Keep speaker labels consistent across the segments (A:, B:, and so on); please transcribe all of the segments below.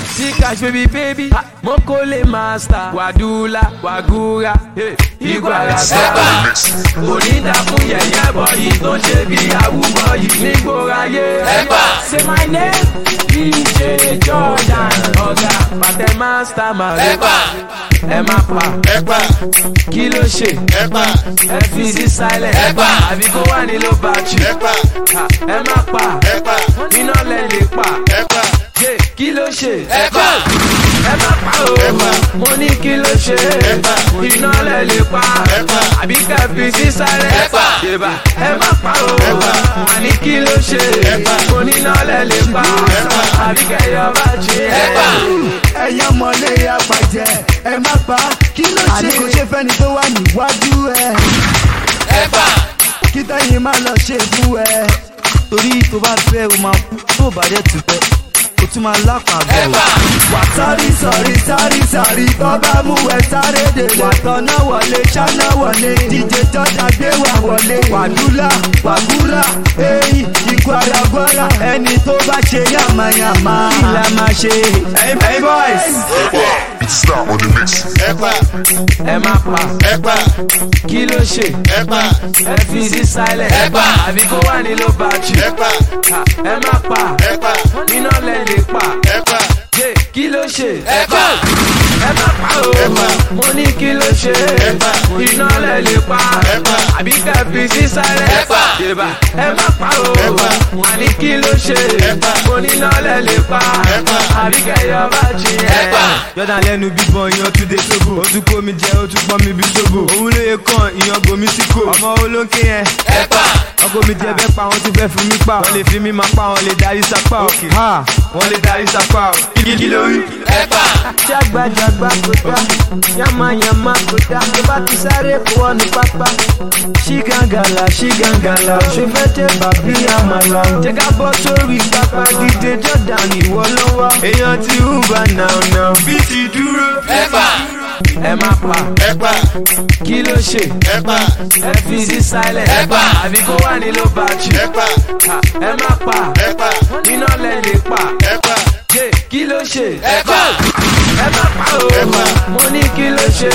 A: See cash baby baby Mokole master Wadula Wagura hey, Iguala Seba Onídà fún yẹ̀yẹ́ bọ̀ yìí tó ṣe bí àwùjọ yìí nígbòra yé. Say my name DJ Jordan ọ̀gá pàtẹ master mare. Ẹ má pa kí ló ṣe ẹ fi sí silent àbí kó wà ní ló bá jù. Ha, Ẹ má pa iná lẹ lè pa Yeah, kí ló ṣe ẹ má pa o mo ní kí ló ṣe iná lẹ lè pa àbí kẹfì sí silent yébà ẹ má pa o mà ní kí ló ṣe mo ní iná lẹ lè pa àbí kẹyọ bá jẹ.
B: ẹ̀yin ọmọlé apàjẹ́ ẹ má pa kí ló ṣe àní kò ṣe fẹ́ni tó wà níwájú ẹ̀ kí tẹ́yìn má lọ ṣe fún ẹ. torí tó bá fẹ́ o máa kú tó bá dẹ̀ tù pẹ́ o tún máa lápá bọ̀. wà sọ́rí sọ̀rí sáré sàrí tó bá mú ẹ sáré dè wà tọ́nà wọlé ṣáná wọlé díje tọ́jà gbé wà wọlé wàdúrà wàgúrà eyín ikú aragbára ẹni tó bá ṣe yàmàyàmà kí la máa ṣe. hey hey boys.
C: Start on the mix.
A: ẹ má pa kí ló ṣe ẹ fi sí silent àbí kó wà ní ló bá jù. Ha, ẹ má pa iná lẹ lè pa Yeah, kí ló ṣe ẹ má pa o mo ní kí ló ṣe iná lẹ lè pa àbí kẹfì sí sáré yébà ẹ má pa o mà ní kí ló ṣe mo níná lẹ lè pa àbí kẹyọ bá jí ẹ.
B: yọ̀dà lẹ́nu bíbọn ìyàn tún dé sóbò ó tún kó mi jẹ ó tún pọ́n mi bí sóbò òun lóye kan ìyàn gomi sí kò ọmọ olóńké yẹn ọkọ mi jẹ bẹ́ẹ̀ pa wọn tún fẹ́ fún mi pa wọn lè fi mí máa pa wọn lè darí sápá o Ha, wọn lè darí sápá o kí kí ló rí.
D: tí agbájàgbá kò dá yamayama kò dá tó bá ti sáré kó wọnú pápá.
B: ṣígangàlà ṣígangàlà ṣe fẹ́ tẹ bàbí àmàlà.
D: jẹ́ ká bọ́ sórí pápá dídé jọ́dán ìwọ ló wá.
B: èèyàn ti ń bá nàánà bí ti dúró.
A: ẹ má pa kí ló ṣe ẹ fi sí silent àbí kó wà ní ló bá jù. Ha, ẹ má pa iná lẹ lè pa. Yeah, kí ló ṣe ẹ má pa o mo ní kí ló ṣe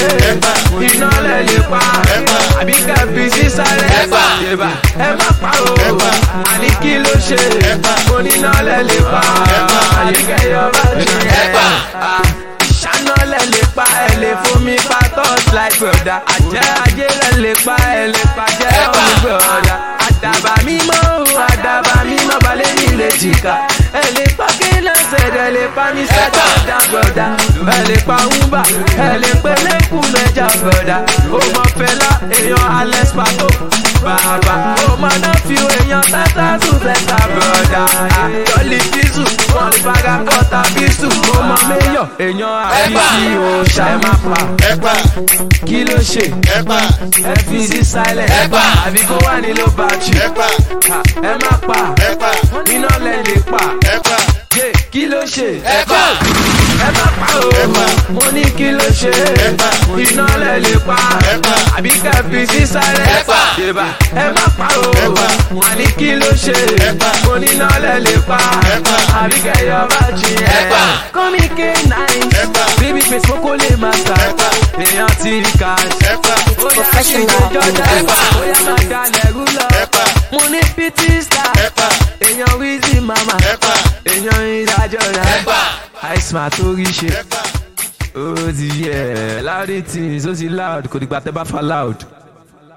A: iná lẹ lè pa àbí kẹfì sí silent yébà ẹ má pa o àní kí ló ṣe mo níná lẹ lè pa àyè kẹyọ bá jù. Ah, ṣáná lẹ lè pa ẹ lè fún mi pa tọ́s láì bọ̀dà àjẹ́ ajé lẹ lè pa ẹ lè pa jẹ́ ọ̀hún bọ̀dà àdàbà mímọ́ o àdàbà mímọ́ balẹ̀ mi lè jìkà ẹ lè pa kílẹ̀sẹ̀ ẹ lè pa mi sẹ́jà ọ̀dà bọ̀dà ẹ lè pa wúbà ẹ lè pé lẹ́kùn mẹ́jà bọ̀dà ó mọ fẹ́lá èèyàn alex pato bàbà ó mọ náà fi èèyàn tata sùn fẹ́ta bọ̀dà àtọ́lì dísù wọn fara kọ́ta bísù ó mọ mẹ́yọ̀ èèyàn àbísí o ṣàì má pa kí ló ṣe ẹ fi sí silent àbí kó wà ní ló bá jù Ha, ẹ má pa iná lẹ lè pa Yeah, kí ló ṣe ẹ má pa o mo ní kí ló ṣe iná lẹ lè pa àbí kẹfì sí sáré yébà ẹ má pa o mà ní kí ló ṣe mo níná lẹ lè pa àbí kẹyọ bá jí ẹ kọ́mi k9 bíbí fèsì kókó lè má sà èèyàn ti rí cash bóyá kí n jọjọ dá bóyá má dalẹ̀ rú lọ mo ní pt star èèyàn wíìzì mama èèyàn ìdájọ́ rà àìsàn àtórí ṣe ó ti yẹ láàrin tí ó ti loud kò dìgbà tẹ́ bá fa loud.